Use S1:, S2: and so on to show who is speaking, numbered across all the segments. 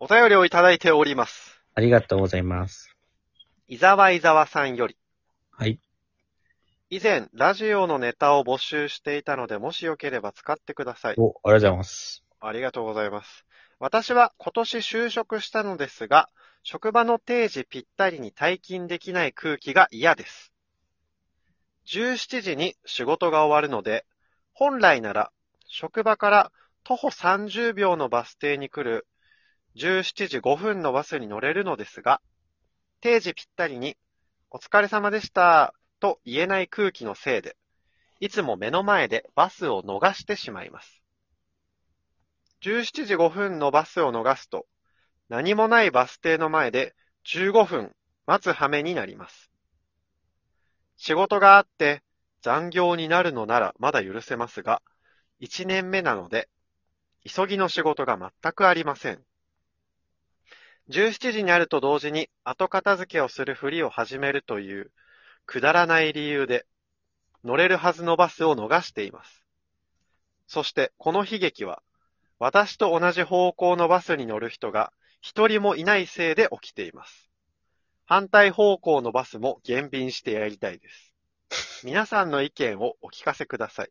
S1: お便りをいただいております。
S2: ありがとうございます。
S1: 伊沢伊沢さんより。
S2: はい。
S1: 以前、ラジオのネタを募集していたので、もしよければ使ってください。
S2: お、ありがとうございます。
S1: ありがとうございます。私は今年就職したのですが、職場の定時ぴったりに退勤できない空気が嫌です。17時に仕事が終わるので、本来なら職場から徒歩30秒のバス停に来る17時5分のバスに乗れるのですが、定時ぴったりにお疲れ様でしたと言えない空気のせいで、いつも目の前でバスを逃してしまいます。17時5分のバスを逃すと、何もないバス停の前で15分待つ羽目になります。仕事があって残業になるのならまだ許せますが、1年目なので、急ぎの仕事が全くありません。17時になると同時に後片付けをするふりを始めるという、くだらない理由で、乗れるはずのバスを逃しています。そして、この悲劇は、私と同じ方向のバスに乗る人が一人もいないせいで起きています。反対方向のバスも減便してやりたいです。皆さんの意見をお聞かせください。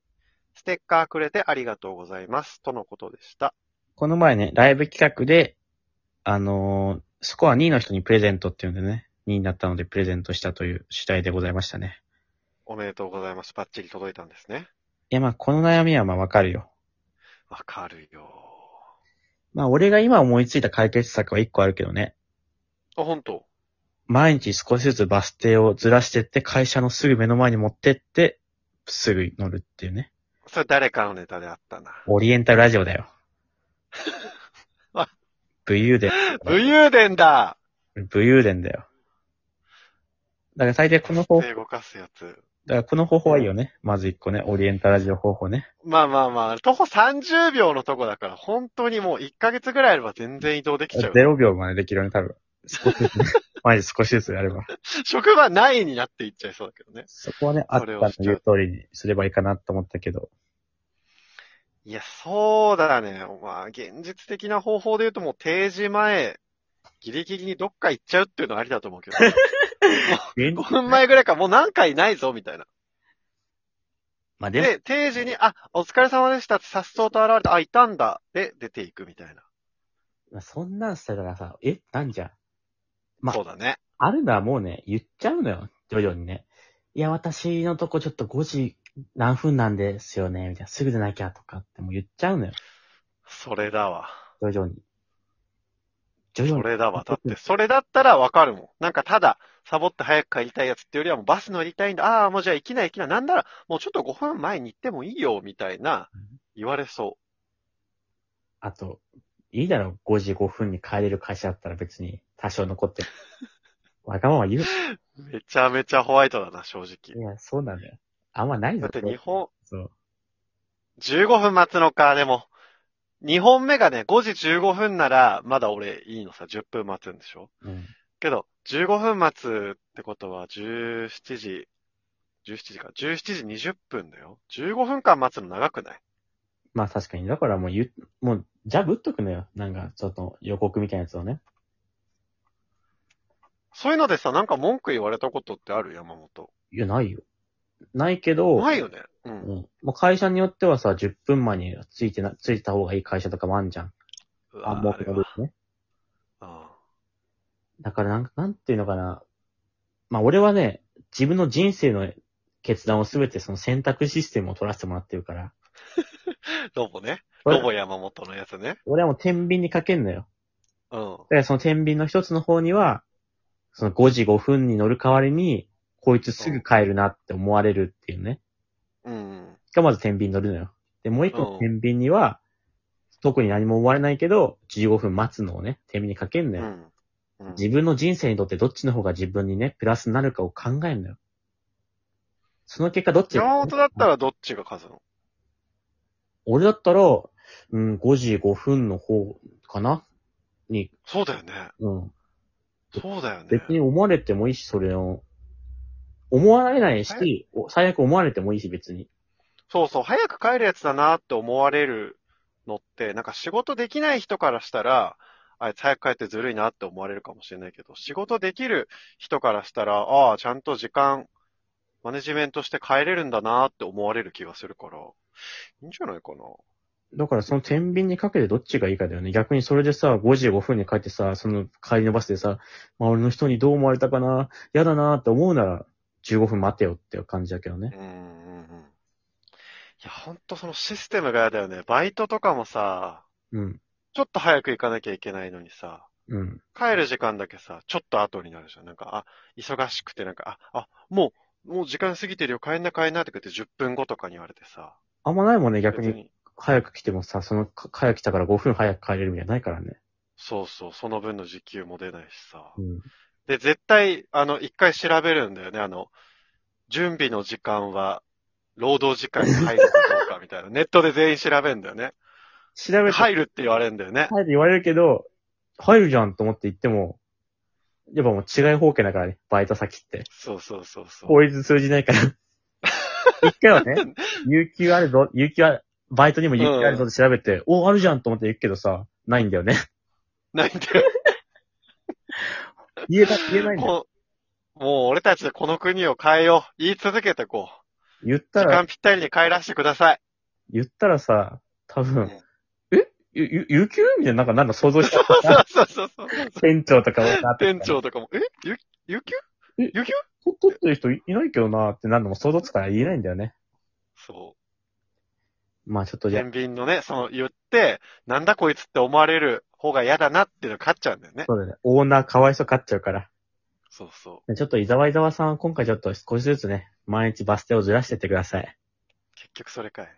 S1: ステッカーくれてありがとうございます。とのことでした。
S2: この前ね、ライブ企画で、あのースコア2の人にプレゼントっていうんでね、2になったのでプレゼントしたという主体でございましたね。
S1: おめでとうございます。バッチリ届いたんですね。
S2: いや、まあ、この悩みはまあわかるよ。
S1: わかるよ
S2: まあ、俺が今思いついた解決策は1個あるけどね。
S1: ー。あ、本当
S2: 毎日少しずつバス停をずらしてって、会社のすぐ目の前に持ってって、すぐ乗るっていうね。
S1: それ誰かのネタであったな。
S2: オリエンタルラジオだ よ
S1: あ。
S2: 武勇伝。
S1: 武勇伝だ
S2: 武勇伝だよ。だから最低この方法、だか
S1: 手動かすやつ。
S2: らこの方法はいいよね。まず一個ね、オリエンタルラジオ方法ね。
S1: まあまあまあ、徒歩30秒のとこだから、本当にもう1ヶ月ぐらいあれば全然移動できちゃう。
S2: 0秒までできるよね、多分。少し ずつね。毎日少しずつやれば。
S1: 職場ないになっていっちゃいそうだけどね。
S2: そこはね、あっ
S1: そ
S2: た
S1: れ
S2: の
S1: をしちゃ
S2: 言
S1: う
S2: う通りにすればいいかなと思ったけど。
S1: いや、そうだね。まあ、現実的な方法で言うともう定時前、ギリギリにどっか行っちゃうっていうのはありだと思うけ ど。5分前ぐらいか、もう何回ないぞ、みたいな。
S2: まあでも、
S1: で、定時に、あ、お疲れ様でしたって、さっそうと現れて、あ、いたんだ。で、出ていくみたいな。
S2: まあそんなんしたらさ、え、なんじゃまあ
S1: そうだね。
S2: あるのはもうね、言っちゃうのよ。徐々にね。いや、私のとこちょっと5時何分なんですよね、みたいな。すぐでなきゃとかってもう言っちゃうのよ。
S1: それだわ。
S2: 徐々に。徐
S1: そ
S2: 々に。
S1: れだわ。だって、 それだったらわかるもん。なんかただ、サボって早く帰りたいやつってよりはもうバス乗りたいんだ。ああ、もうじゃあ行きな行きな。なんなら、もうちょっと5分前に行ってもいいよ、みたいな
S2: うん、
S1: 言われそ
S2: あと、いいだろ、5時5分に帰れる会社だったら別に多少残 ってる。わがまま言う。
S1: う。めちゃめちゃホワイトだな、正直。
S2: いや、そうなんだよ。あんまない
S1: だ
S2: ぞ。
S1: って日本、
S2: そう。
S1: 15分待つのか、でも。2本目がね、5時15分なら、まだ俺いいのさ、10分待つんでしょ
S2: うん。
S1: けど、15分待つってことは、17時、17時か、17時20分だよ。15分間待つの長くない
S2: まあ確かに。だからもう言う、もう、ジャブ打っとくのよ。なんか、ちょっと予告みたいなやつをね。
S1: そういうのでさ、なんか文句言われたことってある山本。
S2: いや、ないよ。ないけど、
S1: ないよね。う。
S2: うんん。もう会社によってはさ、10分前についてな、ついた方がいい会社とかもあんじゃん。
S1: うわ
S2: あ、も
S1: あ
S2: う
S1: れ
S2: が
S1: は
S2: 出てね。
S1: あ
S2: だからなんか、なんていうのかな。まあ俺はね、自分の人生の決断をすべてその選択システムを取らせてもらってるから。
S1: あロボね。
S2: 俺
S1: ロボ山本のやつね。
S2: 俺はもう天秤にかけんのよ。
S1: うん。
S2: だからその天秤の一つの方には、その5時5分に乗る代わりに、こいつすぐ帰るなって思われるっていうね。
S1: うん。
S2: がまず天秤に乗るのよ。で、もう一個
S1: うん
S2: の天秤には、特に何も思われないけど、15分待つのをね、天秤にかけんの
S1: う
S2: よ。
S1: ん。うん
S2: 自分の人生にとってどっちの方が自分にね、プラスになるかを考えるのよ。その結果どっち
S1: 山本だったらどっちが勝つの
S2: 俺だったら、うん、5時5分の方かなに、
S1: そうだよね。
S2: うん。
S1: そうだよね。
S2: 別に思われてもいいし、それを。思われない
S1: は
S2: し、お最悪思われてもいいし、別に。
S1: そうそう、早く帰るやつだなって思われるのって、なんか仕事できない人からしたら、あいつ早く帰ってずるいなって思われるかもしれないけど、仕事できる人からしたら、ああ、ちゃんと時間、マネジメントして帰れるんだなって思われる気がするから、いいんじゃないかな。
S2: だからその天秤にかけてどっちがいいかだよね。逆にそれでさ、5時5分に帰ってさ、その帰りのバスでさ、周りの人にどう思われたかな、嫌だなって思うなら、15分待てよっていう感じだけどね。
S1: うんうんうん。いや、ほんとそのシステムが嫌だよね。バイトとかもさ、
S2: うん。
S1: ちょっと早く行かなきゃいけないのにさ、
S2: うん。
S1: 帰る時間だけさ、ちょっと後になるじゃん。なんか、あ、忙しくて、なんか、あ、あ、もう、もう時間過ぎてるよ、帰んな帰んなって言って10分後とかに言われてさ。
S2: あんまないもんね、逆
S1: 別
S2: に。。早く来てもさ、その、か早く来たから5分早く帰れるみたいなのないからね。
S1: そうそう、その分の時給も出ないしさ。
S2: うん。
S1: で、絶対、あの、一回調べるんだよね。あの、準備の時間は、労働時間に入るかどうかみたい な。ネットで全員調べるんだよね。
S2: 調べて、
S1: 入るって言われるんだよね。
S2: 入る言われるけど、入るじゃんと思って行っても、やっぱもう違い方形だからね、バイト先って。
S1: そうそうそうそう。
S2: 法律通じないから。一回 はね、有給あるぞ、有給ある、バイトにも有給あるぞって調べて、お、あるじゃんと思って言うけどさ、ないんだ よね。
S1: ないんだよ。
S2: 言えた、言えないんだよ。
S1: もう、もう俺たちでこの国を変えよう。言い続けてこう。
S2: 言っ
S1: 時
S2: たら、
S1: 間ぴったりに帰らせてください。
S2: 言ったらさ、多分
S1: ね、
S2: えゆ、ゆ、有給みたいな、なんか、なんか想像しちゃ っ
S1: そ
S2: たさ。
S1: うそうそうそう。
S2: 店長とかもさ
S1: 店長とかも、えゆ、有給
S2: え
S1: 有給
S2: と取ってる人いないけどなーってなるのも想像つかない言えないんだよね。
S1: そ
S2: まあちょっ
S1: う。
S2: とじゃあ
S1: 天秤のね、その言って、なんだこいつって思われる方が嫌だなっていうの勝っちゃうんだよね。
S2: そうだね。オーナーかわいそう買っちゃうから。
S1: そうそう。
S2: ちょっと伊沢伊沢さんは今回ちょっと少しずつね、毎日バス停をずらしてってください。
S1: 結局それかい。